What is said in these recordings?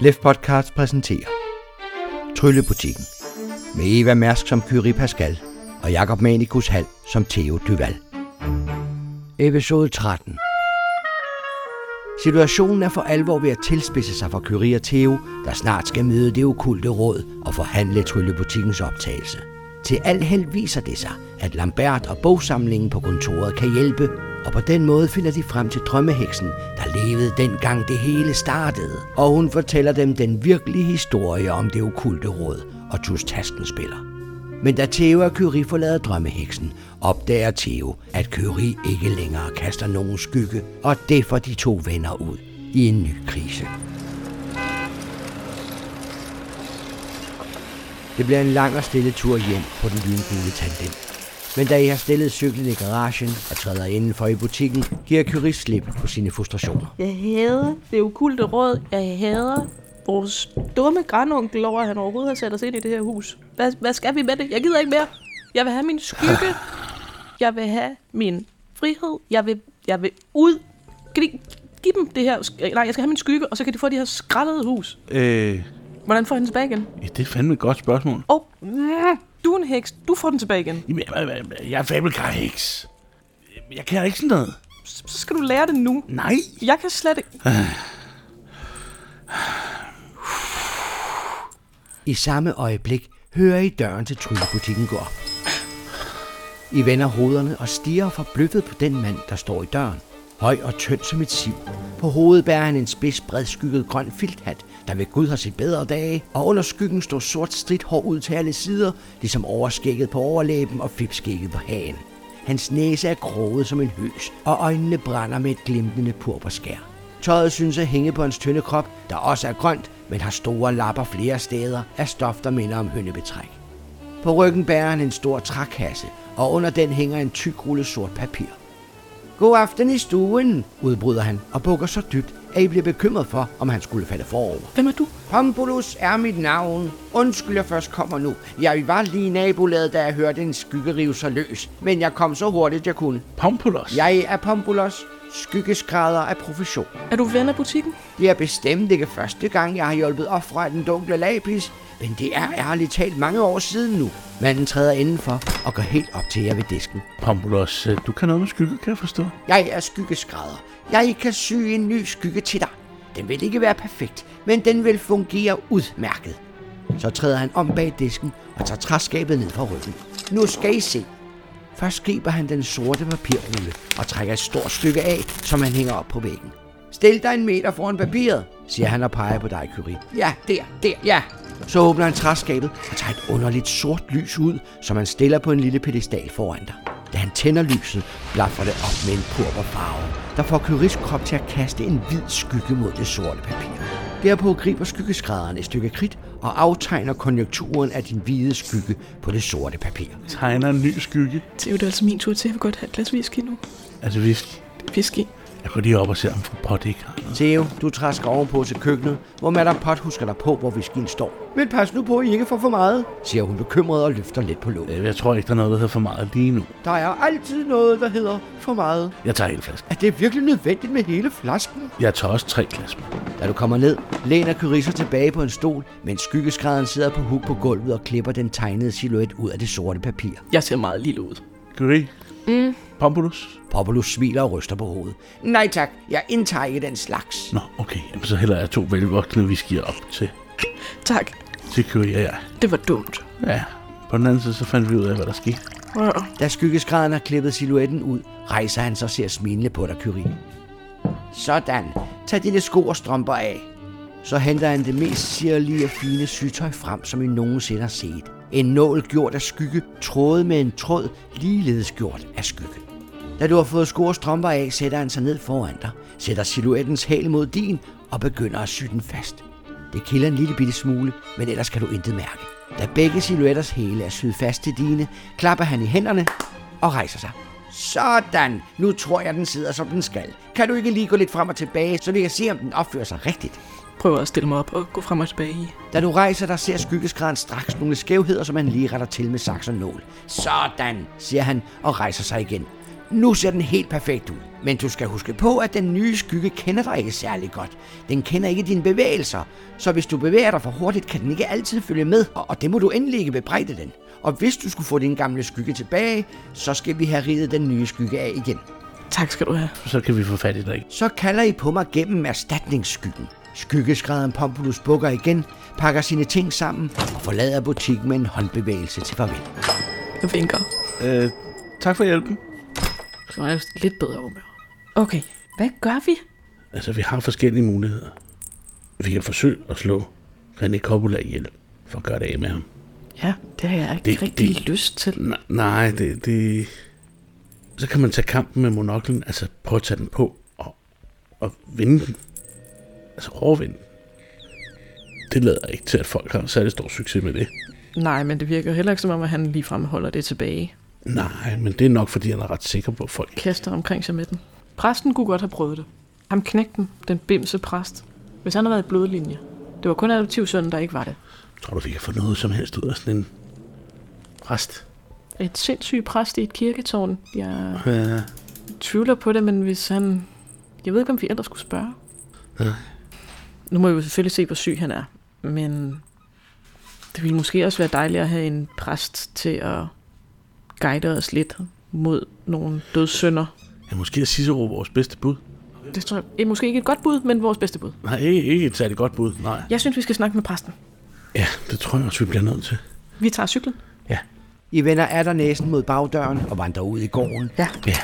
Lef Podcast præsenterer Tryllebutikken med Eva Mærsk som Kyrie Pascal og Jakob Manikus Hal som Theo Duval. Episode 13 Situationen er for alvor ved at tilspidse sig for Kyrie og Theo, der snart skal møde det okulte råd og forhandle Tryllebutikkens optagelse. Til al held viser det sig, at Lambert og bogsamlingen på kontoret kan hjælpe, og på den måde finder de frem til drømmeheksen, der levede dengang det hele startede. Og hun fortæller dem den virkelige historie om det okulte råd og Tus Taskenspiller. Men da Theo og Kyrie forlader drømmeheksen, opdager Theo, at Kyrie ikke længere kaster nogen skygge, og det får de to venner ud i en ny krise. Det bliver en lang og stille tur hjem på den lyngule tandem. Men da I har stillet cyklen i garagen og træder indenfor i butikken, giver Kyrie slip på sine frustrationer. Jeg hader det okulte råd. Jeg hader vores dumme grandonkel over, at han overhovedet har sat os ind i det her hus. Hvad, hvad skal vi med det? Jeg gider ikke mere. Jeg vil have min skygge. Jeg vil have min frihed. Jeg vil, jeg vil ud. Kan vi give dem det her? sk- Nej, jeg skal have min skygge, og så kan de få det her skrællede hus. Øh, Hvordan får jeg den tilbage igen? ja, det er fandme et godt spørgsmål. Og oh, du er en heks. Du får den tilbage igen. Jamen, jeg- jeg- jeg er fabelkar heks. Jeg kan ikke sådan noget. Så så skal du lære det nu. Nej. Jeg kan slet ikke... I samme øjeblik hører I døren til tryllebutikken gå op. I vender hovederne og stiger forbløffet på den mand, der står i døren. Høj og tynd som et siv. På hovedet bærer han en spids, bredskygget grøn filthat, der ved Gud har set bedre dage, og under skyggen står sort stridt hår ud til alle sider, ligesom overskægget på overlæben og flipskægget på hagen. Hans næse er kroget som en høs, og øjnene brænder med et glimtende purpurskær. Tøjet synes at hænge på hans tynde krop, der også er grønt, men har store lapper flere steder af stof, der minder om hønnebetræk. På ryggen bærer han en stor trækasse, og under den hænger en tyk rulle sort papir. God aften i stuen, udbryder han og bukker så dybt, at I bliver bekymret for, om han skulle falde forover. Hvem er du? Pompolus er mit navn. Undskyld, jeg først kommer nu. Jeg var lige i nabolaget, da jeg hørte en skygge rive sig løs, men jeg kom så hurtigt, jeg kunne. Pompolos. Jeg er Pompolus, skyggeskrædder af profession. Er du ven af butikken? Det er bestemt ikke første gang, jeg har hjulpet ofre af den dunkle lapis, men det er ærligt talt mange år siden nu. Manden træder indenfor og går helt op til jer ved disken. Pompolos, øh, du kan noget med skygge, kan jeg forstå. Jeg er skyggeskrædder. Jeg kan sy en ny skygge til dig. Den vil ikke være perfekt, men den vil fungere udmærket. Så træder han om bag disken og tager træskabet ned fra ryggen. Nu skal I se. Først griber han den sorte papirrulle og trækker et stort stykke af, som han hænger op på væggen. Stil dig en meter foran papiret, siger han og peger på dig, Curie. Ja, der, der, ja. Så åbner han træskabet og tager et underligt sort lys ud, som han stiller på en lille pedestal foran dig. Da han tænder lyset, blaffer det op med en purpurfarve, der får Curies krop til at kaste en hvid skygge mod det sorte papir. Derpå griber skyggeskrædderen et stykke kridt og aftegner konjunkturen af din hvide skygge på det sorte papir. Tegner en ny skygge. Det er jo altså min tur til. Jeg vil godt have et glas whisky nu. Altså, hvis... Whisky. Jeg går lige op og ser, om fru Pot ikke har noget. Theo, du træsker ovenpå til køkkenet, hvor Madame Pot husker dig på, hvor whiskyen står. Men pas nu på, at I ikke får for meget, siger hun bekymret og løfter lidt på låget. Øh, Jeg tror ikke, der er noget, der hedder for meget lige nu. Der er altid noget, der hedder for meget. Jeg tager hele flasken. Er det virkelig nødvendigt med hele flasken? Jeg tager også tre glas med. Da du kommer ned, læner Curie sig tilbage på en stol, mens skyggeskrædderen sidder på huk på gulvet og klipper den tegnede silhuet ud af det sorte papir. Jeg ser meget lille ud. Kyrie? Mm. Pompolos? Populus smiler og ryster på hovedet. Nej tak, jeg indtager ikke den slags. Nå, okay. Jamen, så hælder jeg to velvoksne whiskyer op til, Tak. til Kyrie og jeg. Det var dumt. Ja, på den anden side, så fandt vi ud af, hvad der skete. Ja. Da skyggeskrædderen har klippet silhuetten ud, rejser han sig og ser smilende på dig, Kyrie. Sådan. Tag dine sko og strømper af. Så henter han det mest sirlige og fine sygtøj frem, som I nogensinde har set. En nål gjort af skygge, trådet med en tråd, ligeledes gjort af skygge. Da du har fået sko og strømper af, sætter han sig ned foran dig, sætter silhuettens hæl mod din og begynder at sy den fast. Det kilder en lille bitte smule, men ellers kan du intet mærke. Da begge silhuetters hæle er syet fast til dine, klapper han i hænderne og rejser sig. Sådan, nu tror jeg, den sidder, som den skal. Kan du ikke lige gå lidt frem og tilbage, så vi kan se, om den opfører sig rigtigt? prøver at stille mig op og gå frem og tilbage i. Da du rejser dig, ser skyggeskrædderen straks nogle skævheder, som han lige retter til med saks og nål. Sådan, siger han og rejser sig igen. Nu ser den helt perfekt ud. Men du skal huske på, at den nye skygge kender dig ikke særlig godt. Den kender ikke dine bevægelser. Så hvis du bevæger dig for hurtigt, kan den ikke altid følge med. Og, og det må du endelig ikke bebrejde den. Og hvis du skulle få din gamle skygge tilbage, så skal vi have ridet den nye skygge af igen. Tak skal du have. Så kan vi få fat i dig. Så kalder I på mig gennem erstatningsskyggen. Skyggeskrædderen Pompulus bukker igen, pakker sine ting sammen og forlader butikken med en håndbevægelse til farvel. Jeg vinker. Øh, tak for hjælpen. Så var jeg lidt bedre humør. Okay, hvad gør vi? Altså, vi har forskellige muligheder. Vi kan forsøge at slå René Coppola ihjel for at gøre det af med ham. Ja, det har jeg ikke Det- det, rigtig det- det. lyst til. N- nej, det, det... Så kan man tage kampen med monoklen, altså prøve at tage den på og, og vinde den. Altså overvinde den. Det lader ikke til, at folk har særlig stor succes med det. Nej, men det virker heller ikke som om, at han ligefrem holder det tilbage. Nej, men det er nok, fordi han er ret sikker på, at folk Kaster omkring sig med den. Præsten kunne godt have prøvet det. Ham knægten, den bimse præst. Hvis han havde været i blodlinje. Det var kun adoptivsønnen, der ikke var det. Tror du, vi kan få noget som helst ud af sådan en rest? Et sindssygt præst i et kirketårn. Jeg Ja, tvivler på det, men hvis han... Jeg ved ikke, om vi ellers skulle spørge. Nej. Nu må vi jo selvfølgelig se, hvor syg han er. Men det ville måske også være dejligt at have en præst til at guide os lidt mod nogle dødssynder. ja måske er Cicero vores bedste bud. Det tror jeg eh, måske ikke et godt bud, men vores bedste bud. Nej, ikke, ikke et særligt godt bud, nej. Jeg synes, vi skal snakke med præsten. Ja, det tror jeg også, vi bliver nødt til. Vi tager cyklen. Ja. I vender atter næsen mod bagdøren og vandrer ud i gården, Ja. Ja.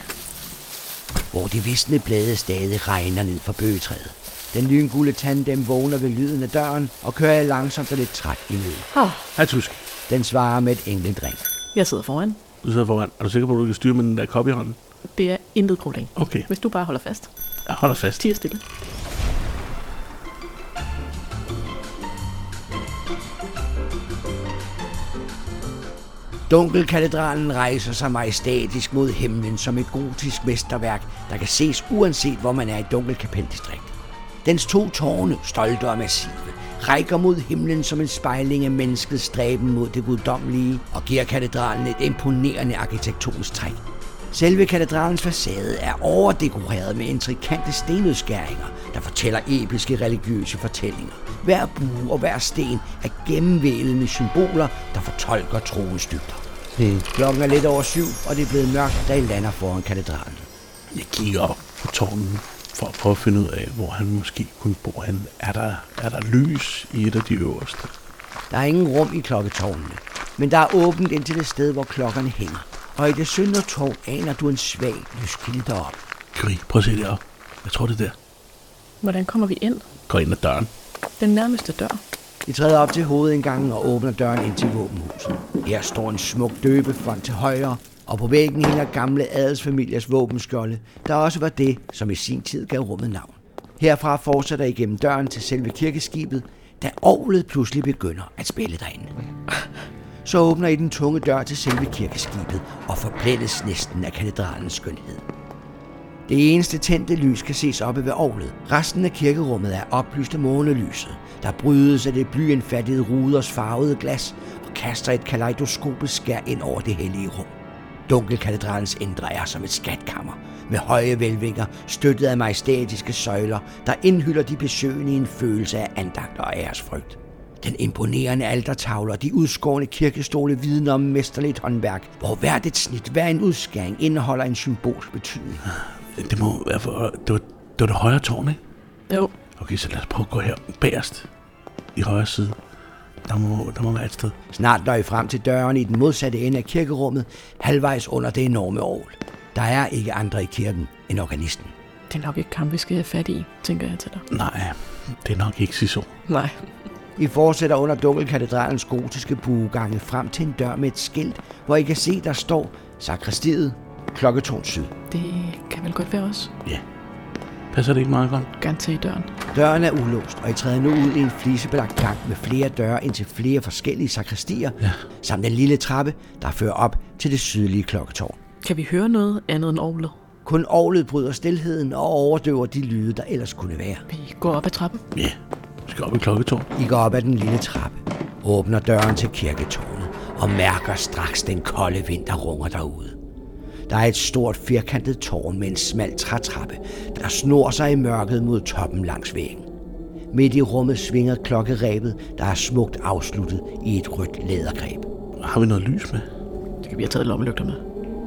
hvor de visne blade stadig regner ned fra bøgetræet. Den lyngule tandem vågner ved lyden af døren og kører langsomt og lidt træt imod. Oh, Hej, Tusk. Den svarer med et enkelt ring. jeg sidder foran. Du sidder foran. Er du sikker på, at du kan styre med den der kop i hånden? Det er intet problem. Okay, Hvis du bare holder fast. jeg holder fast. Tiger stille. Dunkelkatedralen rejser sig majestætisk mod himlen som et gotisk mesterværk, der kan ses uanset hvor man er i Dunkelkapeldistrikt. Dens to tårne, stolte og massive, rækker mod himlen som en spejling af menneskets stræben mod det guddommelige og giver katedralen et imponerende arkitektonisk træk. Selve katedralens facade er overdekoreret med intrikante stenudskæringer, der fortæller episke religiøse fortællinger. Hver bue og hver sten er gennemvælet med symboler, der fortolker troens dybder. Hmm. Klokken er lidt over syv, og det er blevet mørkt, da I lander foran katedralen. Jeg kigger op på tårnen for at prøve at finde ud af, hvor han måske kunne bo. Han, er, der, er der lys i et af de øverste? Der er ingen rum i klokketårnene, men der er åbent ind til det sted, hvor klokkerne hænger. Og i det søndre tårn aner du en svag lyskilde derop. Kri, prøv at se det op. Jeg tror, det er der. Hvordan kommer vi ind? Gå ind ad døren. Den nærmeste dør. I træder op til hovedindgangen og åbner døren ind til våbenhuset. Her står en smuk døbefond til højre, og på væggen hænger gamle adelsfamiliers våbenskjolde, der også var det, som i sin tid gav rummet navn. Herfra fortsætter I gennem døren til selve kirkeskibet, da orglet pludselig begynder at spille derinde. Så åbner I den tunge dør til selve kirkeskibet og forblændes næsten af katedralens skønhed. Det eneste tændte lys kan ses oppe ved ovlet. Resten af kirkerummet er oplyst af månelyset, der brydes af det blyindfattede ruders farvede glas og kaster et kaleidoskopisk skær ind over det hellige rum. Dunkelkatedralens indre er som et skatkammer, med høje velvinger støttet af majestætiske søjler, der indhylder de besøgende i en følelse af andagt og æresfrygt. Den imponerende altertavle og de udskårne kirkestole vidner om mesterligt håndværk, hvor hvert et snit, hver en udskæring indeholder en symbolsk betydning. Det må være for... Det var det, var det højre tårn, ikke? Jo, Okay, så lad os prøve at gå her bagerst i højre side. Der må, der må være et sted. Snart når I frem til døren i den modsatte ende af kirkerummet, halvvejs under det enorme orgel. Der er ikke andre i kirken end organisten. det er nok ikke kamp, vi skal have fat i, tænker jeg til dig. Nej, det er nok ikke Siso. Nej. I fortsætter under Dunkelkatedralens gotiske buegange frem til en dør med et skilt, hvor I kan se, der står Sakristiet, klokketårn syd. Det kan vel godt være os. Ja. Passer det ikke meget godt? Gerne tage i døren. Døren er ulåst, og I træder nu ud i en flisebelagt gang med flere døre ind til flere forskellige sakristier, ja. samt en lille trappe, der fører op til det sydlige klokketårn. Kan vi høre noget andet end orlet? Kun orlet bryder stilheden og overdøver de lyde, der ellers kunne være. Vi går op ad trappen. Ja. Vi skal op i klokketårn. I går op ad den lille trappe, åbner døren til kirketårnet og mærker straks den kolde vind, der runger derude. Der er et stort firkantet tårn med en smal trætrappe, der snor sig i mørket mod toppen langs væggen. Midt i rummet svinger klokkerebet, der er smukt afsluttet i et rødt lædergreb. Har vi noget lys med? Det kan vi have taget lommelygter med.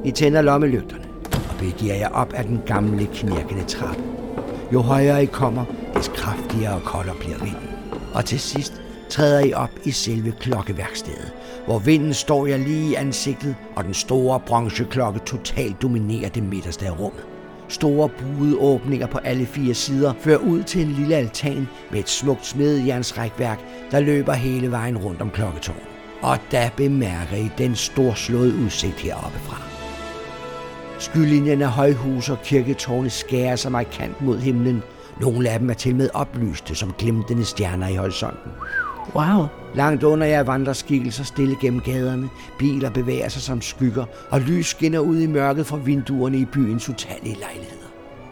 I tænder lommelygterne og begiver jer op ad den gamle knirkende trappe. Jo højere I kommer, des kraftigere og koldere bliver vinden. Og til sidst træder I op i selve klokkeværkstedet, hvor vinden står jer lige i ansigtet, og den store bronzeklokke totalt dominerer det midterste af rummet. Store buede åbninger på alle fire sider fører ud til en lille altan med et smukt smedejernsrækværk, der løber hele vejen rundt om klokketårnet. Og da bemærker I den storslåede udsigt heroppefra. Skylinjen af højhuse og kirketårne skærer sig markant mod himlen. Nogle af dem er til med oplyste som glimtende stjerner i horisonten. Wow. Langt under jer vandrer skikkelser stille gennem gaderne, biler bevæger sig som skygger, og lys skinner ud i mørket fra vinduerne i byens utallige lejligheder.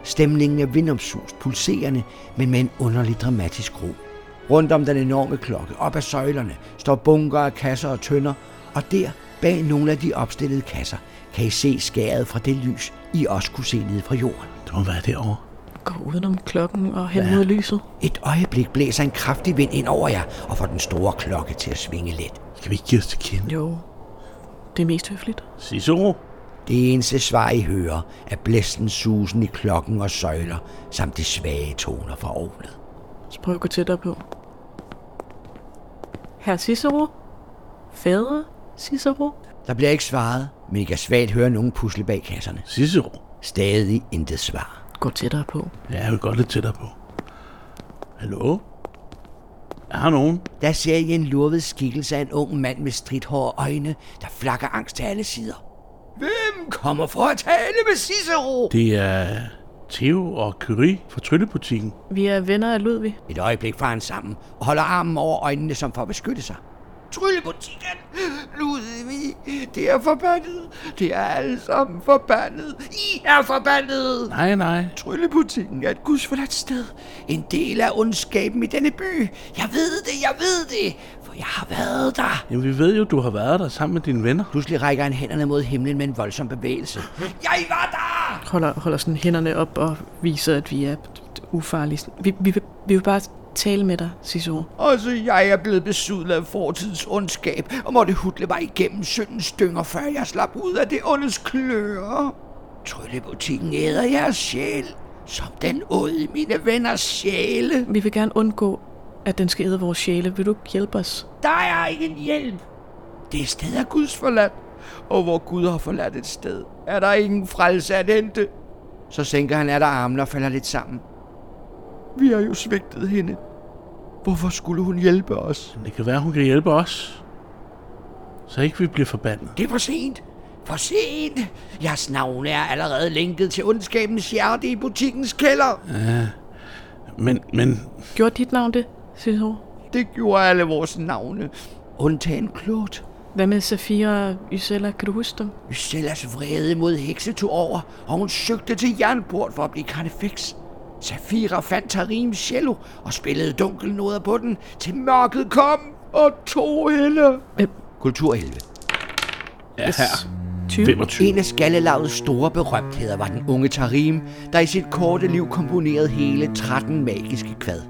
Stemningen er vindomsust, pulserende, men med en underlig dramatisk ro. Rundt om den enorme klokke, op ad søjlerne, står bunker af kasser og tønder, og der, bag nogle af de opstillede kasser, kan I se skæret fra det lys, I også kunne se nede fra jorden. Det må være derovre. Gå udenom klokken og hen mod lyset. Et øjeblik blæser en kraftig vind ind over jer og får den store klokke til at svinge lidt. Skal vi ikke give os til kende? Jo. Det er mest høfligt. Cicero? Det eneste svar, I hører, er blæsten susen i klokken og søjler, samt de svage toner fra ovnet. Så prøv at gå tættere på. Herr Cicero? Fader Cicero? Der bliver ikke svaret, men I kan svagt høre nogen pusle bag kasserne. Cicero? Stadig intet svar. Gå tættere på. Ja, jeg vil godt lidt tættere på. Hallo? Er der nogen? Der ser I en lurvet skikkelse af en ung mand med stridhår og øjne, der flakker angst til alle sider. Hvem kommer for at tale med Cicero? Det er Theo og Curie fra Tryllebutikken. Vi er venner af Ludvig. Et øjeblik farer han sammen og holder armen over øjnene, som for at beskytte sig. Tryllebutikken! Ludvig, det er forbandet. Det er alle sammen forbandet. I er forbandet! Nej, nej. Tryllebutikken er et gudsforladt sted. En del af ondskaben i denne by. Jeg ved det, jeg ved det, for jeg har været der. Jamen, vi ved jo, du har været der sammen med dine venner. Pludselig rækker han hænderne mod himlen med en voldsom bevægelse. Jeg var der! Holder, holder sådan hænderne op og viser, at vi er ufarlige. Sådan, Vi, vi, vil- vi vil bare tale med dig, Cicero. Også jeg er blevet besudlet af fortidens ondskab, og måtte hudle mig igennem syndens dynger, før jeg slap ud af det ondes klør. Tryllebutikken æder jeres sjæl, som den åd i mine venners sjæle. Vi vil gerne undgå, at den skal æde vores sjæle. Vil du ikke hjælpe os? Der er ingen hjælp. Det sted er Guds forladt, og hvor Gud har forladt et sted, er der ingen frelse at hente. Så sænker han af der armene og falder lidt sammen. Vi har jo svigtet hende. Hvorfor skulle hun hjælpe os? Men det kan være, hun kan hjælpe os. Så ikke vi bliver forbandet. Det er for sent. For sent. Jeres navne er allerede linket til ondskabens hjerte i butikkens kælder. Men, men... Gjorde dit navn det, Cicero? Det gjorde alle vores navne. Undtagen Claude. Hvad med Safira og Ysella? Kan du huske dem? Ysellas vrede mod hekse tog over, og hun søgte til jernport for at blive karnefix. Safira fandt Tarims cello og spillede dunkelnoder på den, til mørket kom og tog hende. Hvem? Kultur 11. Ja, her. 20? 25. En af skaldelavets store berømtheder var den unge Tarim, der i sit korte liv komponerede hele 13 magiske kvad.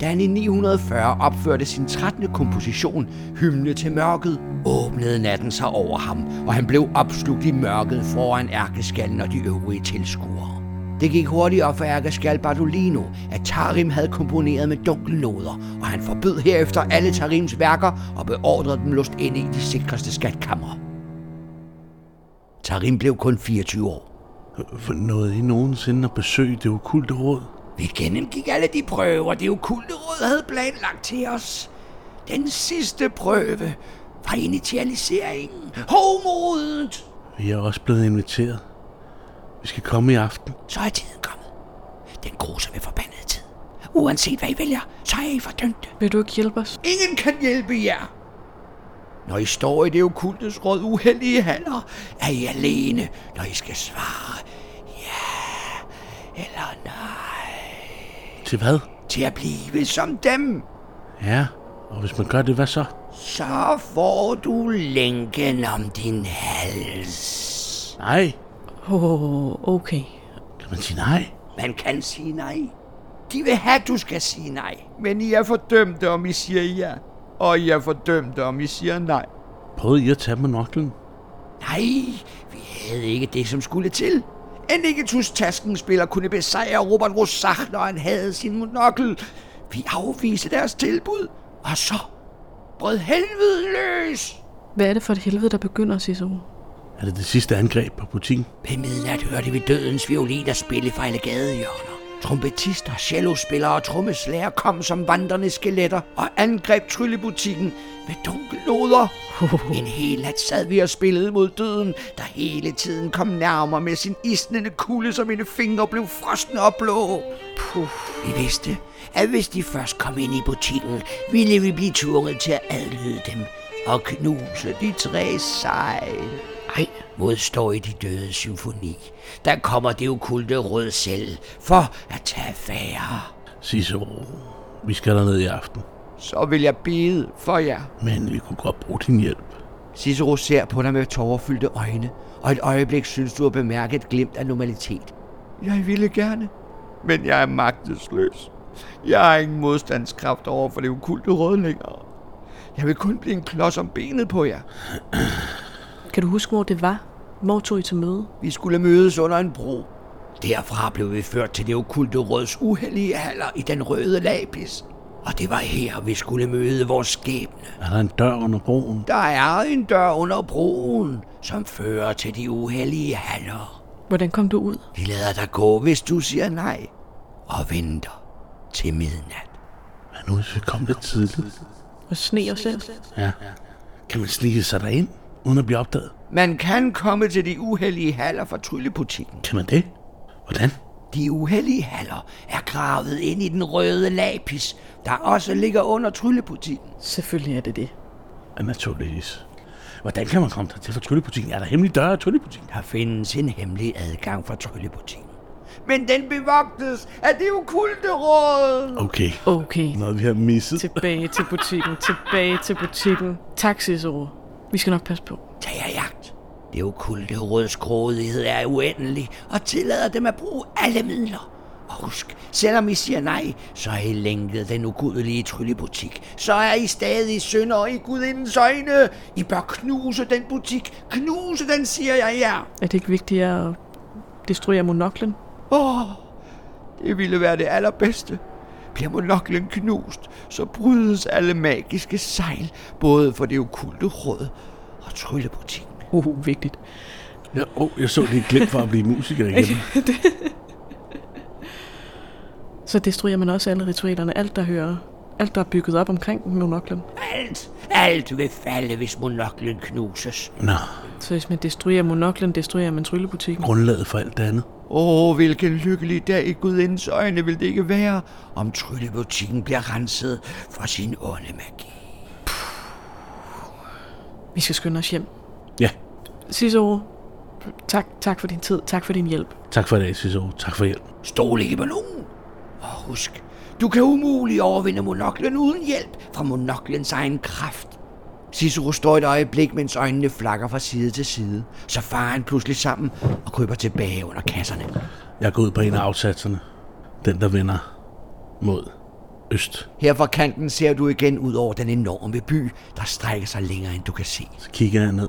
Da han i 940 opførte sin 13. komposition, Hymne til mørket, åbnede natten sig over ham, og han blev opslugt i mørket foran ærkeskallen og de øvrige tilskuere. Det gik hurtigt op for ærkeskal Bartolino, at Tarim havde komponeret med dunkelnoder, og han forbød herefter alle Tarims værker og beordrede dem låst inde i de sikreste skatkammer. Tarim blev kun 24 år. For noget I nogensinde at besøge det okulte råd? Vi gennemgik alle de prøver, det okulte råd havde planlagt til os. Den sidste prøve var initialiseringen. Hovmodet! Vi er også blevet inviteret. Vi skal komme i aften. Så er tiden kommet. Den grusomme forbandede tid. Uanset hvad I vælger, så er I fordømte. Vil du ikke hjælpe os? Ingen kan hjælpe jer. Når I står i det okultes råd uheldige haller, er I alene, når I skal svare ja eller nej. Til hvad? Til at blive som dem. Ja, og hvis man gør det, hvad så? Så får du lænken om din hals. Nej, Åh, okay. Kan man sige nej? Man kan sige nej. De vil have, at du skal sige nej. Men I er fordømte, om I siger ja. Og I er fordømte, om I siger nej. Prøvede I at tage monoklen? Nej, vi havde ikke det, som skulle til. End ikke taskenspiller kunne besejre Robert Rosach, når han havde sin monokkel. Vi afviste deres tilbud, og så brød helvede løs. Hvad er det for et helvede, der begynder, Cicero? Er det det sidste angreb på butikken? Ved midnat hørte vi dødens violiner spille fra alle gadehjørner. Trompetister, cellospillere og trommeslager kom som vandrende skeletter og angreb tryllebutikken med dunkeloder. En hel nat sad vi og spillede mod døden, der hele tiden kom nærmere med sin isnende kulde, så mine fingre blev frosne og blå. Puh. Vi vidste, at hvis de først kom ind i butikken, ville vi blive tvunget til at adlyde dem og knuse de tre sejl. Nej, modstår i de døde symfoni. Der kommer det okulte rød selv for at tage affære. Sig så, vi skal derned i aften. Så vil jeg bede for jer. Men vi kunne godt bruge din hjælp. Cicero ser på dig med tårerfyldte øjne, og et øjeblik synes du at bemærke et glimt af normalitet. Jeg ville gerne, men jeg er magtesløs. Jeg har ingen modstandskraft over for det okulte råd længere. Jeg vil kun blive en klods om benet på jer. Kan du huske, hvor det var? Hvor tog I til møde? Vi skulle mødes under en bro. Derfra blev vi ført til det okulte råds uheldige haller i den røde lapis. Og det var her, vi skulle møde vores skæbne. Er der en dør under broen? Der er en dør under broen, som fører til de uheldige haller. Hvordan kom du ud? Vi lader dig gå, hvis du siger nej. Og venter til midnat. Hvad nu, hvis vi kom lidt tidligt? Og sne os selv? Ja. Kan man snige sig derind, uden at blive opdaget? Man kan komme til de uheldige haller fra tryllebutikken. Kan man det? Hvordan? De uheldige haller er gravet ind i den røde lapis, der også ligger under tryllebutikken. Selvfølgelig er det det. Ja, naturligvis. Hvordan kan man komme der til fra tryllebutikken? Er der hemmelige døre i tryllebutikken? Der findes en hemmelig adgang fra tryllebutikken. Men den bevogtes af det okulte råd. Okay, Okay. noget vi har misset. Tilbage til butikken, tilbage til butikken. Tak, Cicero. Vi skal nok passe på. Tag jer i jagt. Det okulte råds grådighed er uendelig og tillader dem at bruge alle midler. Og husk, selvom I siger nej, så er I lænket den ugudelige tryllebutik. Så er I stadig synder i gudindens øjne. I bør knuse den butik. Knuse den, siger jeg jer. Er det ikke vigtigt at destruere monoklen? Åh, det ville være det allerbedste. Bliver monoklen knust, så brydes alle magiske sejl, både for det okulte råd og tryllebutikken. Uh, vigtigt. Ja, oh, jeg så lige et glimt for at blive musiker igen. Så destruerer man også alle ritualerne, alt der hører, alt der er bygget op omkring monoklen. Alt, alt vil falde, hvis monoklen knuses. Nå, Så hvis man destruerer monoklen, destruerer man tryllebutikken. grundlaget for alt det andet. Åh, hvilken lykkelig dag i gudindens øjne vil det ikke være. om tryllebutikken bliver renset for sin onde magi. Vi skal skynde os hjem. Ja, Cicero, tak, tak for din tid, tak for din hjælp. tak for i dag, Cicero. Tak for hjælp. Stol ikke på nogen. Og husk, du kan umuligt overvinde monoklen uden hjælp fra monoklens egen kraft. Cicero står et øjeblik, mens øjnene flakker fra side til side. Så farer han pludselig sammen og kryber tilbage under kasserne. Jeg går ud på en af afsatserne. Den, der vender mod øst. Her fra kanten ser du igen ud over den enorme by, der strækker sig længere, end du kan se. Så kigger jeg ned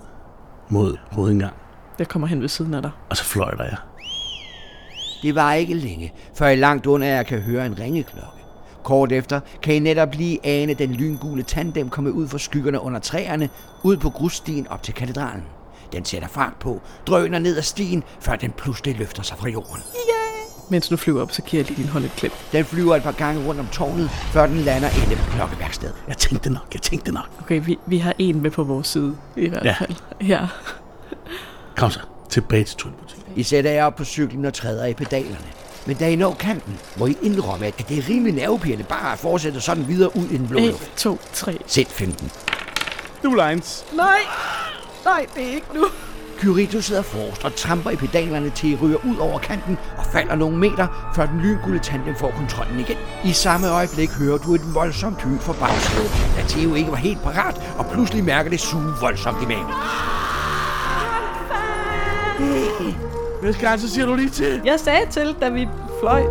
mod hovedindgang, Jeg kommer hen ved siden af dig. og så fløjter jeg. Det var ikke længe, før I langt under jer kan høre en ringeklokke. Kort efter kan I netop lige ane den lyngule tandem komme ud fra skyggerne under træerne, ud på grusstien op til katedralen. Den sætter fart på, drøner ned ad stien, før den pludselig løfter sig fra jorden. Mens du flyver op, så giver jeg lige din hånd et klem. Den flyver et par gange rundt om tårnet, før den lander inde på klokkeværkstedet. Jeg tænkte nok, jeg tænkte nok. Okay, vi, vi har en med på vores side, i hvert Ja. fald. Ja. Kom så, tilbage til tryllebutikken. I sætter jer op på cyklen og træder i pedalerne. Men da I når kanten, må I indrømme, at det er rimelig nervepirrende bare at fortsætte sådan videre ud i den blå En, luft. to, tre. Sæt 15. Du, Lines. Nej! Nej, det er ikke nu. Kyrito sidder forrest og tramper i pedalerne, til I ryger ud over kanten og falder nogle meter, før den lyngulde tandem får kontrollen igen. I samme øjeblik hører du et voldsomt hy fra bagsædet, da Theo ikke var helt parat, og pludselig mærker det suge voldsomt i maven. Næste gang, så siger du lige til. Jeg sagde til, da vi fløj.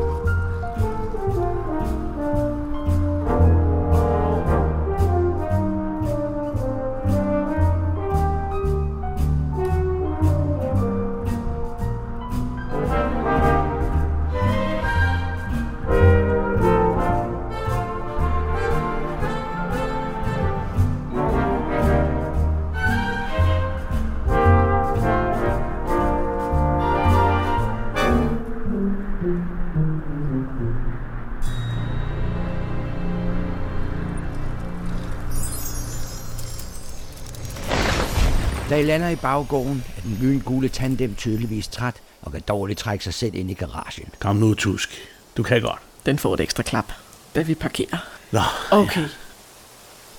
Da I lander i baggården, er den lyngule tandem tydeligvis træt og kan dårligt trække sig selv ind i garagen. Kom nu, Tusk. Du kan godt. Den får et ekstra klap, da vi parkerer. Nå, Okay.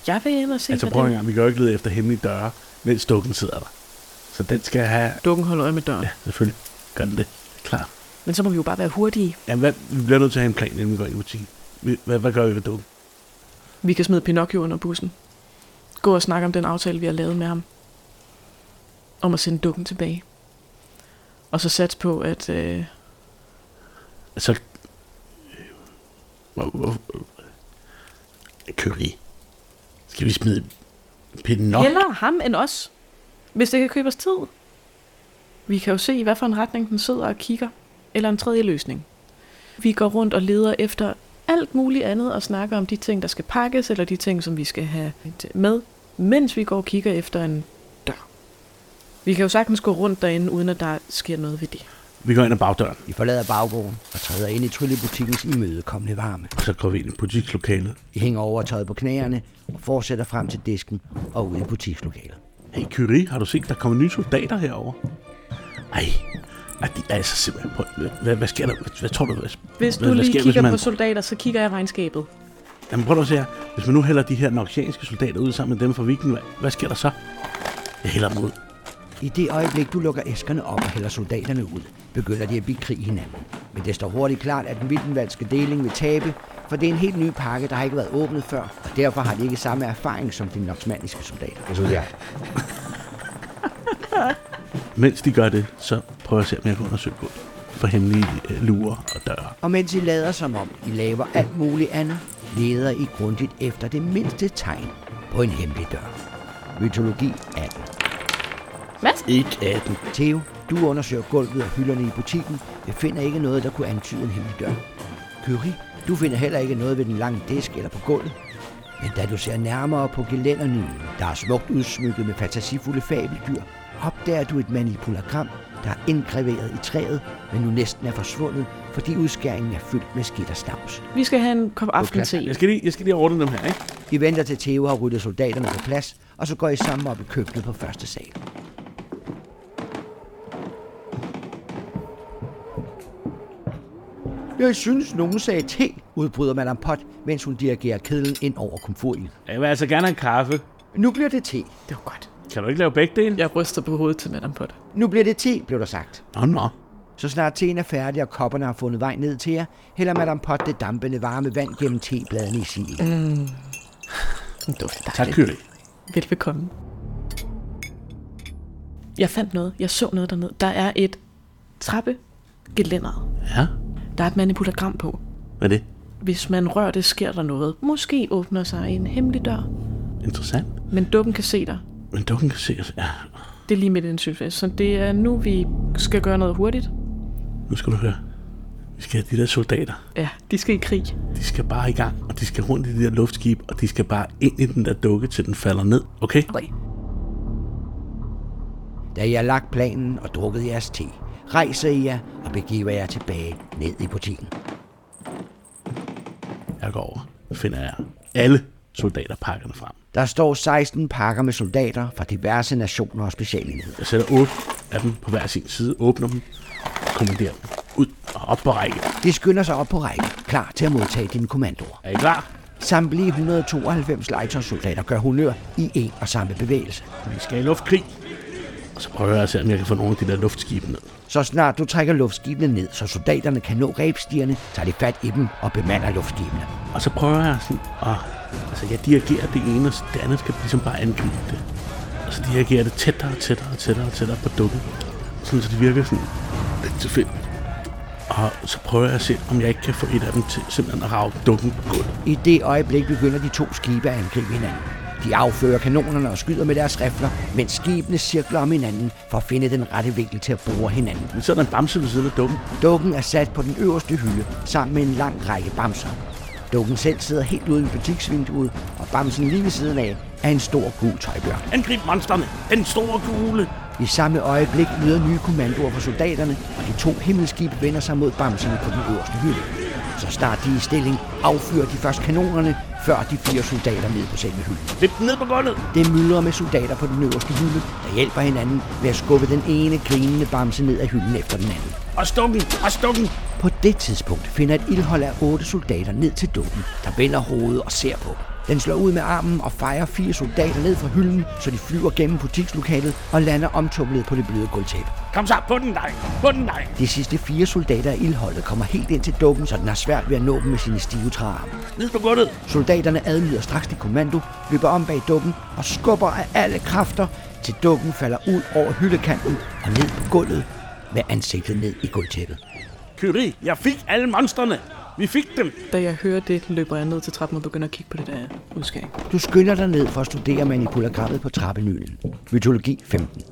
Jeg vil ind og se, altså hvad prøv en den- gang. Vi kan jo ikke lede efter hemmelige døre, mens dukken sidder der. Så den skal have... Dukken holder øje med døren. Ja, selvfølgelig. Gør den det. Klar. Men så må vi jo bare være hurtige. Jamen, hvad, vi bliver nødt til at have en plan, inden vi går ind i butikken. Vi- Hvad, hvad gør vi ved dukken? Vi kan smide Pinocchio under bussen. Gå og snakke om den aftale, vi har lavet med ham. Om at sende dukken tilbage. Og så sats på, at... Øh, Altså... øh, Hvor, hvor, Curry. Skal vi smide Pinocchio? hellere ham end os. Hvis det kan købe os tid. Vi kan jo se, i hvad for en retning den sidder og kigger. Eller en tredje løsning. Vi går rundt og leder efter alt muligt andet og snakker om de ting, der skal pakkes, eller de ting, som vi skal have med, mens vi går og kigger efter en dør. Vi kan jo sagtens gå rundt derinde, uden at der sker noget ved det. Vi går ind ad bagdøren, I forlader baggården og træder ind i tryllebutikkens imødekommende varme. og så går vi ind i butikslokalet. I hænger over tøjet på knæerne og fortsætter frem til disken og ud i butikslokalet. Hey, Curie, har du set, der kommer nye soldater herover? Ej, nej, de er altså simpelthen på. Hvad, hvad sker der? Hvad, hvad tror du, hvad, Hvis du hvad, hvad lige sker, kigger hvis på man, soldater, så kigger jeg i regnskabet. Jamen, prøv at se her. Hvis man nu hælder de her noxianske soldater ud sammen med dem fra Viking, hvad, hvad sker der så? Jeg hælder dem ud. I det øjeblik, du lukker æskerne op og hælder soldaterne ud, begynder de at blive krig hinanden. Men det står hurtigt klart, at den vildenvaldske deling vil tabe, for det er en helt ny pakke, der har ikke været åbnet før, og derfor har de ikke samme erfaring som de noxmaniske soldater. Det synes jeg. Mens de gør det, så prøver jeg at se, om jeg kan undersøge godt for hemmelige øh, lurer og døre. Og mens I lader som om, I laver alt muligt andet, leder I grundigt efter det mindste tegn på en hemmelig dør. Mytologi 18. Mads? Ikke af den. Theo, du undersøger gulvet og hylderne i butikken, men finder ikke noget, der kunne antyde en hemmelig dør. Kyri, du finder heller ikke noget ved den lange disk eller på gulvet. Men da du ser nærmere på gelændernyden, der er smukt udsmykket med fantasifulde fabeldyr, opdager du et manipulagram, der er indgraveret i træet, men nu næsten er forsvundet, fordi udskæringen er fyldt med skidt og snavs. Vi skal have en kop aftente. Jeg skal, lige, jeg skal lige ordne dem her, ikke? I venter til Theo har ryddet soldaterne på plads, og så går I sammen op i køkkenet på første sal. Jeg synes, nogen sagde te, udbryder Madame Pot, mens hun dirigerer kedlen ind over komfuren. Jeg vil altså gerne have en kaffe. Nu bliver det te. Det var godt. Kan du ikke lave begge dele? Jeg ryster på hovedet til Madame Potter. Nu bliver det te, blev der sagt. Nå, nå. Så snart teen er færdig og kopperne har fundet vej ned til jer, hælder Madame Pot det dampende varme vand gennem tebladene i sin ild. Den dufter Tak, dejligt. Curie. Velbekomme. Jeg fandt noget. Jeg så noget dernede. Der er et trappegelænder. Ja, Der er et manipulagram på. hvad er det? Hvis man rører det, sker der noget. Måske åbner sig en hemmelig dør. Interessant. Men dukken kan se dig. Men dukken kan se os. Ja, Det er lige midt i den synsfest. Så det er nu, vi skal gøre noget hurtigt. nu skal du høre. Vi skal have de der soldater. Ja, de skal i krig. De skal bare i gang, og de skal rundt i det der luftskib, og de skal bare ind i den der dukke, til den falder ned. Okay? Okay. Da I har lagt planen og drukket jeres te, rejser I jer og begiver jer tilbage ned i butikken. Jeg går over. Så finder jeg alle soldaterpakkerne frem. Der står 16 pakker med soldater fra diverse nationer og specialenheder. Jeg sætter otte af dem på hver sin side, åbner dem, kommanderer dem ud og op på række. De skynder sig op på rækken, klar til at modtage dine kommandoer. Er I klar? Samtlige 192 legetøjssoldater gør honør i en og samme bevægelse. Vi skal i luftkrig. Og så prøver jeg at se, om jeg kan få nogle af de der luftskibe ned. Så snart du trækker luftskibene ned, så soldaterne kan nå ræbstierne, tager de fat i dem og bemander luftskibene. Og så prøver jeg sådan at... Altså, jeg dirigerer det ene, og så det andet skal ligesom bare angribe det. Og så dirigerer jeg det tættere og tættere og tættere og tættere på dukken. Sådan, så det virker sådan lidt til film. Og så prøver jeg at se, om jeg ikke kan få et af dem til simpelthen at rave dukken på gulvet. I det øjeblik begynder de to skibe at angribe hinanden. De affører kanonerne og skyder med deres rifler, mens skibene cirkler om hinanden for at finde den rette vinkel til at bore hinanden. Men så er der en bamse ved siden af dukken. Dukken er sat på den øverste hylde sammen med en lang række bamser. Dukken selv sidder helt ude i butiksvinduet, og bamsen lige ved siden af er en stor gul tøjbjørn. Angrib monsterne! Den store kugle! I samme øjeblik yder nye kommandoer fra soldaterne, og de to himmelskibe vender sig mod bamserne på den øverste hylde. Så starter de i stilling, affyrer de først kanonerne, før de fire soldater ned på selve hylden. Vip den ned på gulvet! Det myldrer med soldater på den øverste hylde, der hjælper hinanden ved at skubbe den ene grinende bamse ned af hylden efter den anden. Og stukken! Og stukken! På det tidspunkt finder et ildhold af otte soldater ned til dukken, der vender hovedet og ser på. Den slår ud med armen og fejrer fire soldater ned fra hylden, så de flyver gennem butikslokalet og lander omtumlet på det bløde gulvtæppe. Kom så! På den dig! På den dig! De sidste fire soldater af ildholdet kommer helt ind til dukken, så den har svært ved at nå dem med sine stive træarme. Ned på gulvet! Soldaterne adlyder straks til kommando, løber om bag dukken og skubber af alle kræfter, til dukken falder ud over hyldekanten og ned på gulvet med ansigtet ned i gulvtæppet. Kyrie, jeg fik alle monsterne! Vi fik dem! Da jeg hører det, løber jeg ned til trappen og begynder at kigge på det der udskæring. Du skynder dig ned for at studere manipulagrammet på trappenylen. Mytologi 15.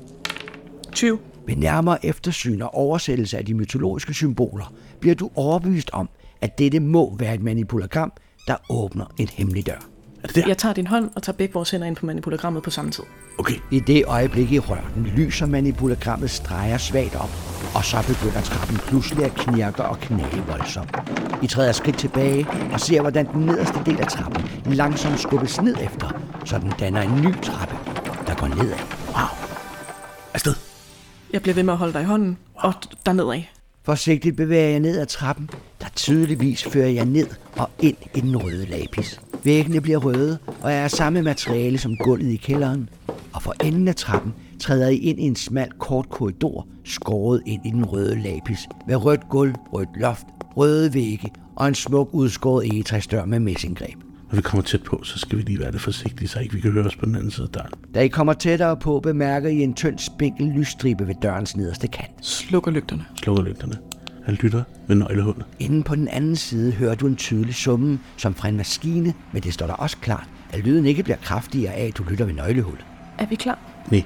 20. Ved nærmere eftersyn og oversættelse af de mytologiske symboler, bliver du overbevist om, at dette må være et manipulagram, der åbner en hemmelig dør. Er det der? Jeg tager din hånd og tager begge vores hænder ind på manipulagrammet på samme tid. Okay. I det øjeblik i røren lyser manipulagrammet streger svagt op, og så begynder trappen pludselig at knirke og knage voldsomt. I træder et skridt tilbage og ser, hvordan den nederste del af trappen langsomt skubbes ned efter, så den danner en ny trappe, der går nedad. Wow. Afsted. Jeg bliver ved med at holde dig i hånden og d- dernedad. Forsigtigt bevæger jeg ned ad trappen, der tydeligvis fører jeg ned og ind i den røde lapis. Væggene bliver røde og er af samme materiale som gulvet i kælderen. Og for enden af trappen træder I ind i en smal kort korridor, skåret ind i den røde lapis, med rødt gulv, rødt loft, røde vægge og en smuk udskåret egetræsdør med messinggreb. Når vi kommer tæt på, så skal vi lige være lidt forsigtige, så ikke vi kan høre os på den anden side af døren. Da I kommer tættere på, bemærker I en tynd spinkel lysstribe ved dørens nederste kant. Slukker lygterne. Slukker lygterne. Han lytter ved nøglehullet. Inden på den anden side hører du en tydelig summen, som fra en maskine, men det står der også klart, at lyden ikke bliver kraftigere af, at du lytter ved nøglehullet. Er vi klar? Nej.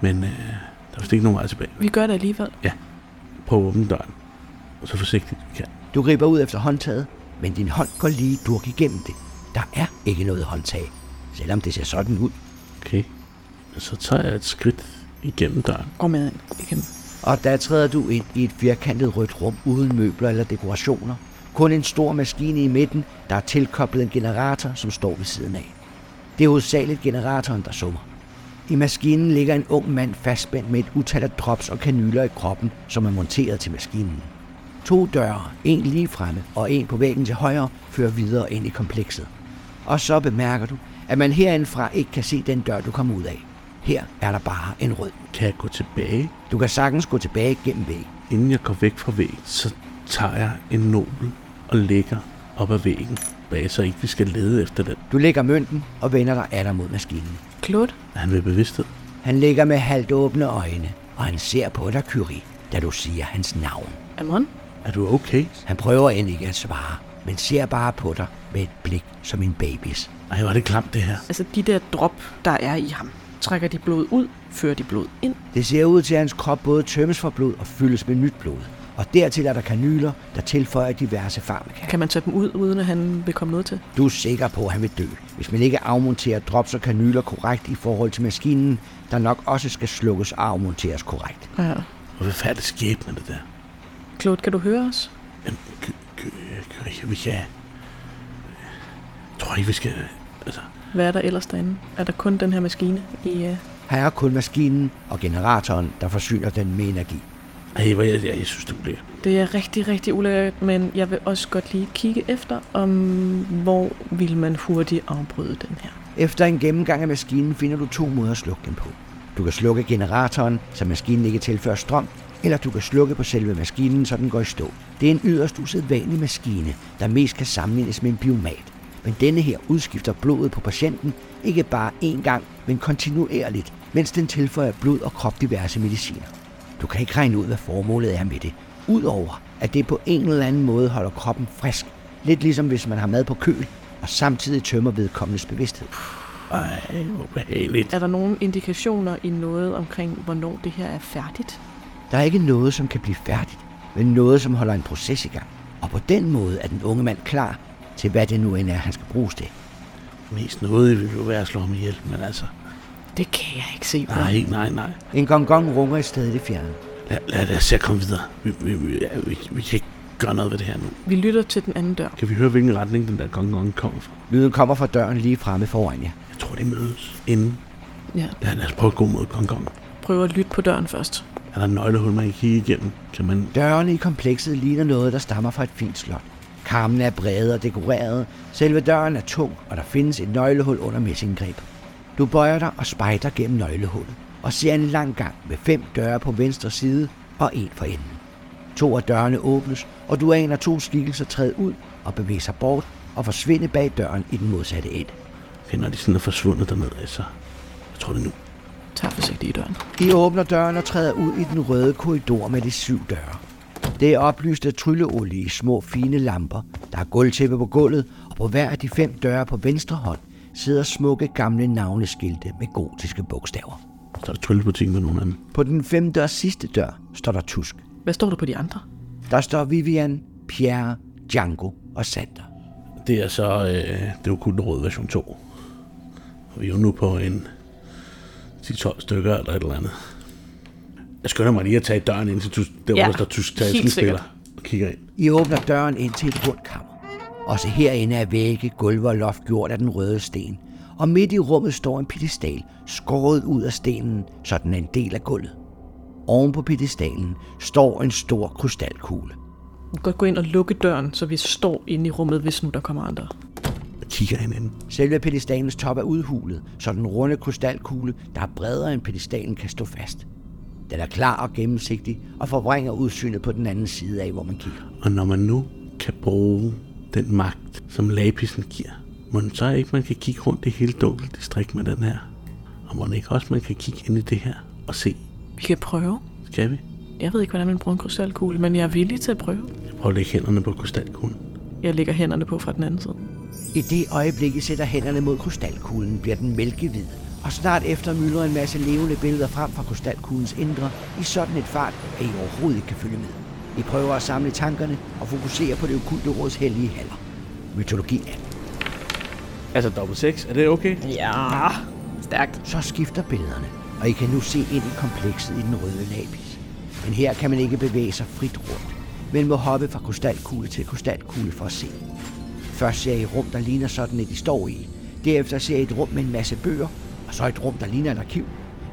Men øh, der er vist ikke nogen vej tilbage. Vi gør det alligevel. Ja. Prøv at åbne døren. Og så forsigtigt vi kan. Du griber ud efter håndtaget, men din hånd går lige durk igennem det. Der er ikke noget håndtag, selvom det ser sådan ud. Okay. Men så tager jeg et skridt igennem døren. Går med ind igen. Og der træder du ind i et firkantet rødt rum uden møbler eller dekorationer. Kun en stor maskine i midten, der er tilkoblet en generator, som står ved siden af. Det er hovedsageligt generatoren, der summer. I maskinen ligger en ung mand fastspændt med et utal af drops og kanyler i kroppen, som er monteret til maskinen. To døre, en lige fremme og en på væggen til højre, fører videre ind i komplekset. Og så bemærker du, at man herindefra ikke kan se den dør, du kom ud af. Her er der bare en rød. Kan jeg gå tilbage? Du kan sagtens gå tilbage gennem væggen. Inden jeg går væk fra væggen, så tager jeg en nobel og lægger op ad væggen bag, så ikke vi skal lede efter den. Du lægger mønten og vender dig atter mod maskinen. Claude, Er han ved bevidsthed? Han ligger med halvt åbne øjne, og han ser på dig, Kyrie, da du siger hans navn. Amon, Er du okay? Han prøver end ikke at svare, men ser bare på dig med et blik som en babys. Ej, var det klamt det her. altså de der drop, der er i ham, trækker de blod ud, fører de blod ind. Det ser ud til, at hans krop både tømmes for blod og fyldes med nyt blod. Og dertil er der kanyler, der tilføjer diverse farmaka. Kan man tage dem ud, uden at han vil komme noget til? Du er sikker på, at han vil dø, hvis man ikke afmonterer drops og kanyler korrekt i forhold til maskinen, der nok også skal slukkes og afmonteres korrekt. Ja. Hvor forfærdelig skæbne det der. Claude, kan du høre os? Jamen, kø, kø, kø, vi kan... Jeg tror ikke, vi skal... Altså, Hvad er der ellers derinde? Er der kun den her maskine i... Uh... Her er kun maskinen og generatoren, der forsyner den med energi. ej, hvor jeg, jeg, jeg synes, det bliver... Det er rigtig, rigtig ulækkert, men jeg vil også godt lige kigge efter, om hvor vil man hurtigt afbryde den her. Efter en gennemgang af maskinen finder du to måder at slukke den på. Du kan slukke generatoren, så maskinen ikke tilfører strøm, eller du kan slukke på selve maskinen, så den går i stå. Det er en yderst usædvanlig maskine, der mest kan sammenlignes med en biomat. Men denne her udskifter blodet på patienten, ikke bare én gang, men kontinuerligt, mens den tilføjer blod og krop diverse mediciner. Du kan ikke regne ud, hvad formålet er med det. Udover, at det på en eller anden måde holder kroppen frisk. Lidt ligesom hvis man har mad på køl, og samtidig tømmer vedkommendes bevidsthed. Ej, hvor behageligt. Er der nogen indikationer i noget omkring, hvornår det her er færdigt? Der er ikke noget, som kan blive færdigt, men noget, som holder en proces i gang. Og på den måde er den unge mand klar til, hvad det nu end er, han skal bruges til. Mest noget vil jo være at slå ham ihjel, men altså... Det kan jeg ikke se. Bjørn. Nej, nej, nej. En gongong runger et sted i det fjerne. Lad, lad os se at komme videre. Vi, vi, vi, ja, vi, vi kan ikke gøre noget ved det her nu. Vi lytter til den anden dør. Kan vi høre, hvilken retning den der gong gong kommer fra? Lyden kommer fra døren lige fremme foran jer. Jeg tror, det mødes inden. Ja. Lad, lad os prøve at gå mod gong gong. Prøver at lytte på døren først. Er der en nøglehul, man kan kigge igennem? Kan man... Dørene i komplekset ligner noget, der stammer fra et fint slot. Karmene er brede og dekorerede. Selve døren er tung, og der findes et nøglehul under messinggreb. Du bøjer dig og spejder gennem nøglehullet, og ser en lang gang med fem døre på venstre side og en for enden. To af dørene åbnes, og du aner to skikkelser træde ud og bevæge sig bort og forsvinde bag døren i den modsatte ende. Finder de sådan er forsvundet dernede, så... Jeg tror det er nu. Tag forsigtigt i døren. I åbner døren og træder ud i den røde korridor med de syv døre. Det er oplyst af trylleolie i små fine lamper. Der er gulvtæppe på gulvet, og på hver af de fem døre på venstre hånd sidder smukke gamle navneskilte med gotiske bogstaver. Så er der tryllebutik med nogen af dem. På den femte og sidste dør står der tusk. Hvad står der på de andre? Der står Vivian, Pierre, Django og Sander. Det er så øh, det okulte råd version 2. Og vi er jo nu på en 10-12 stykker eller et eller andet. Jeg skynder mig lige at tage døren ind til tysk, der, ja, Ja, hvor der står tysk helt spiller og kigger ind. I åbner døren ind til et rundt kammer. Også herinde er vægge, gulve og loft gjort af den røde sten. Og midt i rummet står en pedestal, skåret ud af stenen, så den er en del af gulvet. Oven på pedestalen står en stor krystalkugle. Du kan godt gå ind og lukke døren, så vi står inde i rummet, hvis nu der kommer andre. Jeg kigger ind inden. Selve pedestalens top er udhulet, så den runde krystalkugle, der er bredere end pedestalen, kan stå fast. Den er klar og gennemsigtig og forvrænger udsynet på den anden side af, hvor man kigger. Og når man nu kan bruge den magt, som lapisen giver, må den så ikke man kan kigge rundt i hele dunkelt distrikt med den her? Og må den ikke også man kan kigge ind i det her og se? Vi kan prøve. Skal vi? Jeg ved ikke, hvordan man bruger en krystalkugle, men jeg er villig til at prøve. Jeg prøver at lægge hænderne på krystalkuglen. Jeg lægger hænderne på fra den anden side. I det øjeblik, I sætter hænderne mod krystalkuglen, bliver den mælkehvid, og snart efter myldrer en masse levende billeder frem fra krystalkuglens indre i sådan et fart, at I overhovedet ikke kan følge med. I prøver at samle tankerne og fokusere på det okulte råds hellige haller. Mytologi er Altså dobbelt 6, er det okay? Ja, stærkt. Så skifter billederne, og I kan nu se ind i komplekset i den røde lapis. Men her kan man ikke bevæge sig frit rundt, men må hoppe fra krystalkugle til krystalkugle for at se. Først ser I et rum, der ligner sådan et, I står i. Derefter ser I et rum med en masse bøger, og så et rum, der ligner et arkiv.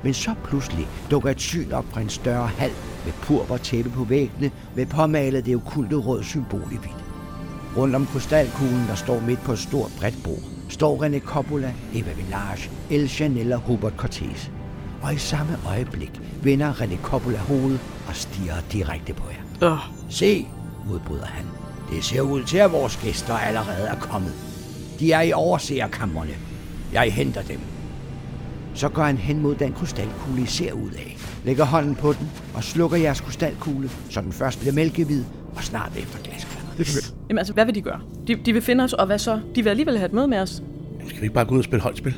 Men så pludselig dukker et syn op fra en større hal med purpur tæppe på væggene, med påmalet det okulte rød symbol i hvidt. Rundt om krystalkuglen, der står midt på et stort bredt bord, står René Coppola, Eva Village, El Chanel og Hubert Cortez. Og i samme øjeblik vender René Coppola hovedet og stiger direkte på jer. Åh, Se, udbryder han. Det ser ud til, at vores gæster allerede er kommet. De er i overseerkammerne. Jeg henter dem. Så går han hen mod den krystalkugle, I ser ud af. Lægger hånden på den og slukker jeres krystalkugle, så den først bliver mælkehvid og snart efter glasklar. Jamen altså, hvad vil de gøre? De, de vil finde os, og hvad så? De vil alligevel have et møde med os. Jamen, skal vi ikke bare gå ud og spille holdspil?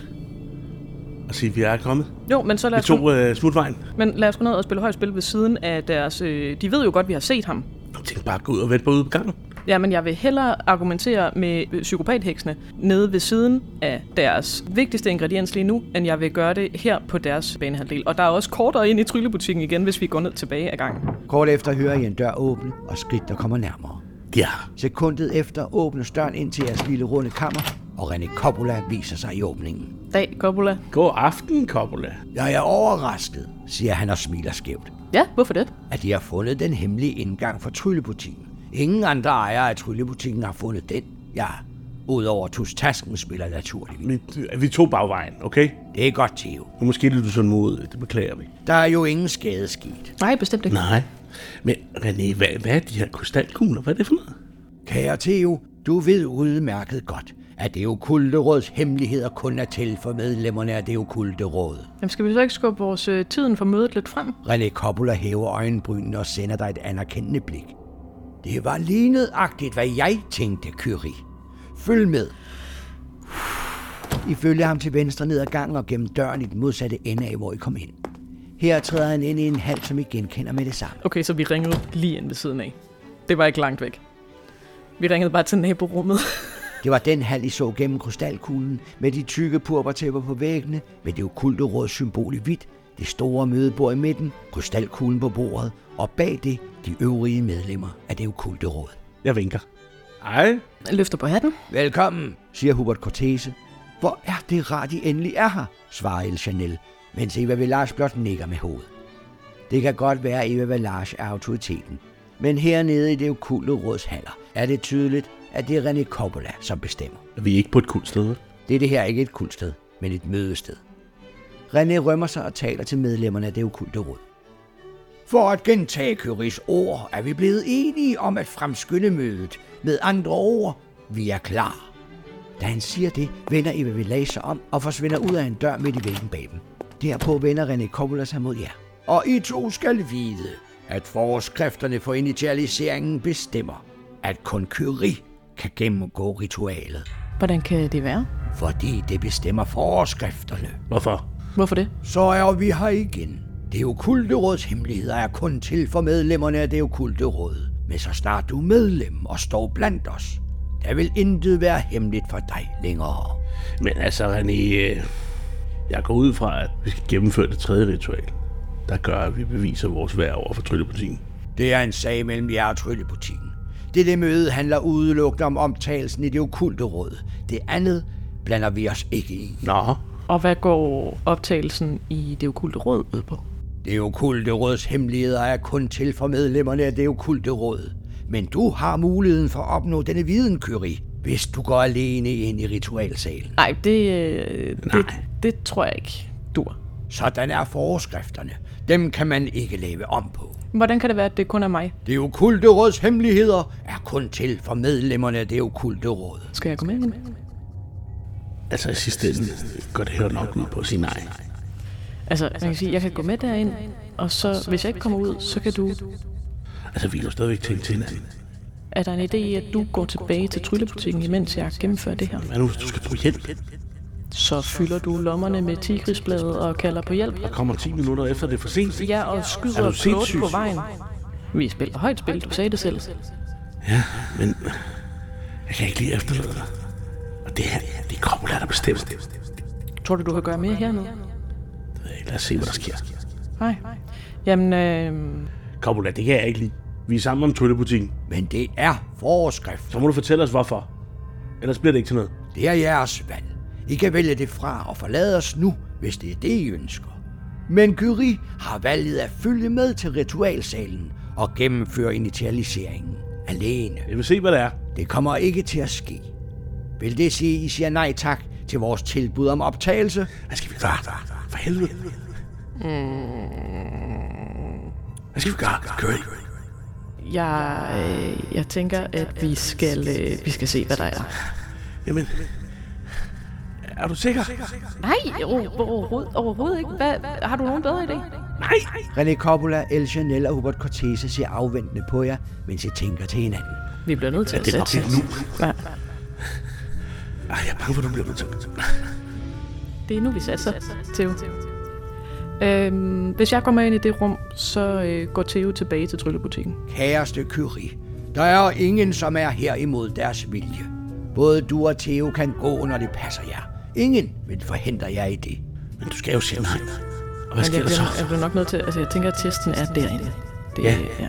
Og sige, at vi er kommet? Jo, men så lad Vi os, gå, tog øh, smutvejen. men lad os gå ned og spille højt spil ved siden af deres... Øh, de ved jo godt, vi har set ham. Jeg tænkte bare at gå ud og vente på ude på gangen. Ja, men jeg vil hellere argumentere med øh, psykopatheksene nede ved siden af deres vigtigste ingrediens lige nu, end jeg vil gøre det her på deres banehalvdel. Og der er også kortere ind i tryllebutikken igen, hvis vi går ned tilbage ad gangen. Kort efter hører I en dør åbne og skridt, der kommer nærmere. Ja. Sekundet efter åbnes døren ind til jeres lille runde kammer, og René Coppola viser sig i åbningen. Dag, Coppola. God aften, Coppola. Jeg er overrasket, siger han og smiler skævt, Ja, hvorfor det? at de har fundet den hemmelige indgang for tryllebutikken. Ingen andre ejere af tryllebutikken har fundet den. Ja, udover Tus Tasken spiller naturligvis. Vi, vi tog bagvejen, okay? Det er godt, Theo. Nu måske lidt du sådan mod, det beklager vi. Der er jo ingen skade sket. Nej, bestemt ikke. Nej. Men René, hvad, hvad er de her krystalkugler? Hvad er det for noget? Kære Theo, du ved udmærket godt, at det okulte råds hemmeligheder kun er til for medlemmerne af det okulte råd. Jamen, skal vi så ikke skubbe vores øh, tiden for mødet lidt frem? René Coppola hæver øjenbrynene og sender dig et anerkendende blik. Det var lige nødagtigt, hvad jeg tænkte, Kyrie. Følg med. I følger ham til venstre ned ad gangen og gennem døren i den modsatte ende af, hvor I kom ind. Her træder han ind i en hal, som I genkender med det samme. Okay, så vi ringede lige ind ved siden af. Det var ikke langt væk. Vi ringede bare til naborummet. Det var den hal, I så gennem krystalkuglen, med de tykke purpertæpper på væggene, med det okulte råds symbol i hvidt, det store mødebord i midten, krystalkuglen på bordet, og bag det de øvrige medlemmer af det okulte råd. Jeg vinker. Ej, Løfter på hatten. Velkommen, siger Hubert Cortese. Hvor er det rart, I endelig er her, svarer El Chanel, mens Eva Village blot nikker med hovedet. Det kan godt være, at Eva Village er autoriteten, men hernede i det okulte råds haller er det tydeligt, at det er René Coppola, som bestemmer. vi er ikke på et kult sted. vel? Det er det her ikke et kultsted, men et mødested. René rømmer sig og taler til medlemmerne af det okulte råd. For at gentage Kyries ord, er vi blevet enige om at fremskynde mødet. Med andre ord, vi er klar. Da han siger det, vender Eva Village sig om og forsvinder ud af en dør midt i væggen bag dem. Derpå vender René Coppola sig mod jer. Og I to skal vide, at forskrifterne for initialiseringen bestemmer, at kun Kyrie kan gennemgå ritualet Hvordan kan det være? fordi det bestemmer forskrifterne. Hvorfor? Hvorfor det? Så er vi her igen. Det okulte råds hemmeligheder er kun til for medlemmerne af det okulte råd. Men så snart du er medlem og står blandt os, der vil intet være hemmeligt for dig længere. Men altså, René, øh, jeg går ud fra, at vi skal gennemføre det tredje ritual, der gør, at vi beviser vores værd over for tryllepartien. Det er en sag mellem jer og tryllebutikken. Dette møde handler udelukkende om omtalelsen i det okulte råd. Det andet blander vi os ikke i. Nå, Og hvad går optagelsen i det okulte råd ud på? Det okulte råds hemmeligheder er kun til for medlemmerne af det okulte råd. Men du har muligheden for at opnå denne viden, Kyrie, hvis du går alene ind i ritualsalen. Nej, det, øh, det, det tror jeg ikke dur. Sådan er forskrifterne. Dem kan man ikke lave om på. Hvordan kan det være, at det kun er mig? Det okulte råds hemmeligheder er kun til for medlemmerne af det okulte råd. Skal jeg gå med? altså i sidste ende øh, går det her nok ud på at sige nej. Altså, man kan sige, jeg kan gå med derind, og så, hvis jeg ikke kommer ud, så kan du... Altså, vi er jo stadigvæk til til hinanden. Er der en idé i, at du går tilbage til tryllebutikken, imens jeg gennemfører det her? Hvad nu, hvis du skal på hjælp? Så fylder du lommerne med tigrisbladet og kalder på hjælp. Der kommer 10 minutter efter, det er for sent. Ja, og Er skyder du flot sindssyg? på vejen. Vi spiller højt spil, du sagde det selv. Men jeg kan ikke lige efterlade dig. Og det her, det er Coppola, der bestemmer. Det Tror du, du kan gøre mere hernede? ved jeg ikke. Lad os se, hvad der sker. Nej. Jamen, øh, Coppola, det kan jeg ikke lide. Vi er sammen om tryllebutikken. Men det er forskrift. Så må du fortælle os, hvorfor. Ellers bliver det ikke til noget. Det er jeres valg. I kan vælge det fra og forlade os nu, hvis det er det, I ønsker. Men Kyrie har valget at følge med til ritualsalen og gennemføre initialiseringen alene. Jeg vil se, hvad det er. Det kommer ikke til at ske. Vil det sige, at I siger nej tak til vores tilbud om optagelse? Hvad skal vi gøre? For helvede. Mm. Hvad skal vi gøre? Curry. jeg, øh, jeg tænker, at vi skal, øh, vi skal se, hvad der er. Jamen. Er du sikker? Nej, over- overhovedet, overhovedet ikke. Hvad, har du nogen bedre idé? René Coppola, El Chanel og Hubert Cortese ser afventende på jer, mens I tænker til hinanden. Vi bliver nødt til at Det er nok sætte ikke nu. Nej, Ej, jeg er bange for, du bliver nødt til. det er nu, vi satser, Theo. Øhm, hvis jeg går med ind i det rum, så øh, går Theo tilbage til tryllebutikken. Kæreste Kyrie, der er ingen, som er her imod deres vilje. Både du og Theo kan gå, når det passer jer. Ingen vil forhindre jer i det. Men du skal jo sige nej. Og hvad Men sker jeg der så? bliver, jeg bliver nok nødt til, altså jeg tænker, at testen er derinde. Det, Ja. ja.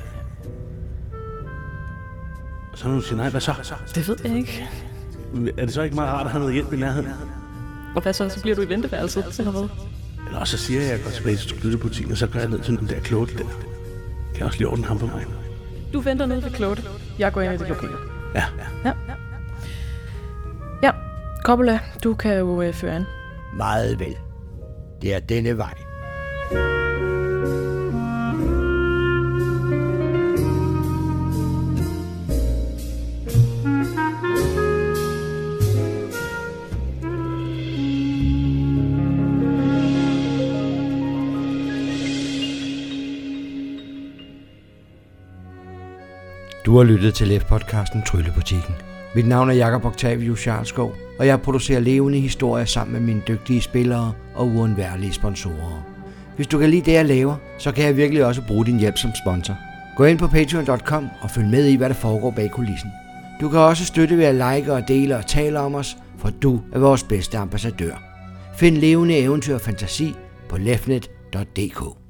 Så når du siger nej, hvad så? Det ved jeg ikke. Er det så ikke meget rart at have noget hjælp i nærheden? Og hvad så? Så bliver du i venteværelset, eller hvad? Eller også så siger jeg, at jeg går tilbage til tryllebutikken, og så går jeg ned til den der kloge der. Kan jeg også lige ordne ham for mig? Du venter nede ved Claude. Jeg går ind i det lokale. Ja. Ja, Coppola, du kan jo øh, føre an. Meget vel. Det er denne vej. Du har lyttet til LEF-podcasten Tryllebutikken. Mit navn er Jakob Octavius Jarlskov, og jeg producerer levende historier sammen med mine dygtige spillere og uundværlige sponsorer. Hvis du kan lide det, jeg laver, så kan jeg virkelig også bruge din hjælp som sponsor. Gå ind på patreon.com og følg med i, hvad der foregår bag kulissen. Du kan også støtte ved at like og dele og tale om os, for du er vores bedste ambassadør. Find levende eventyr og fantasi på lefnet.dk.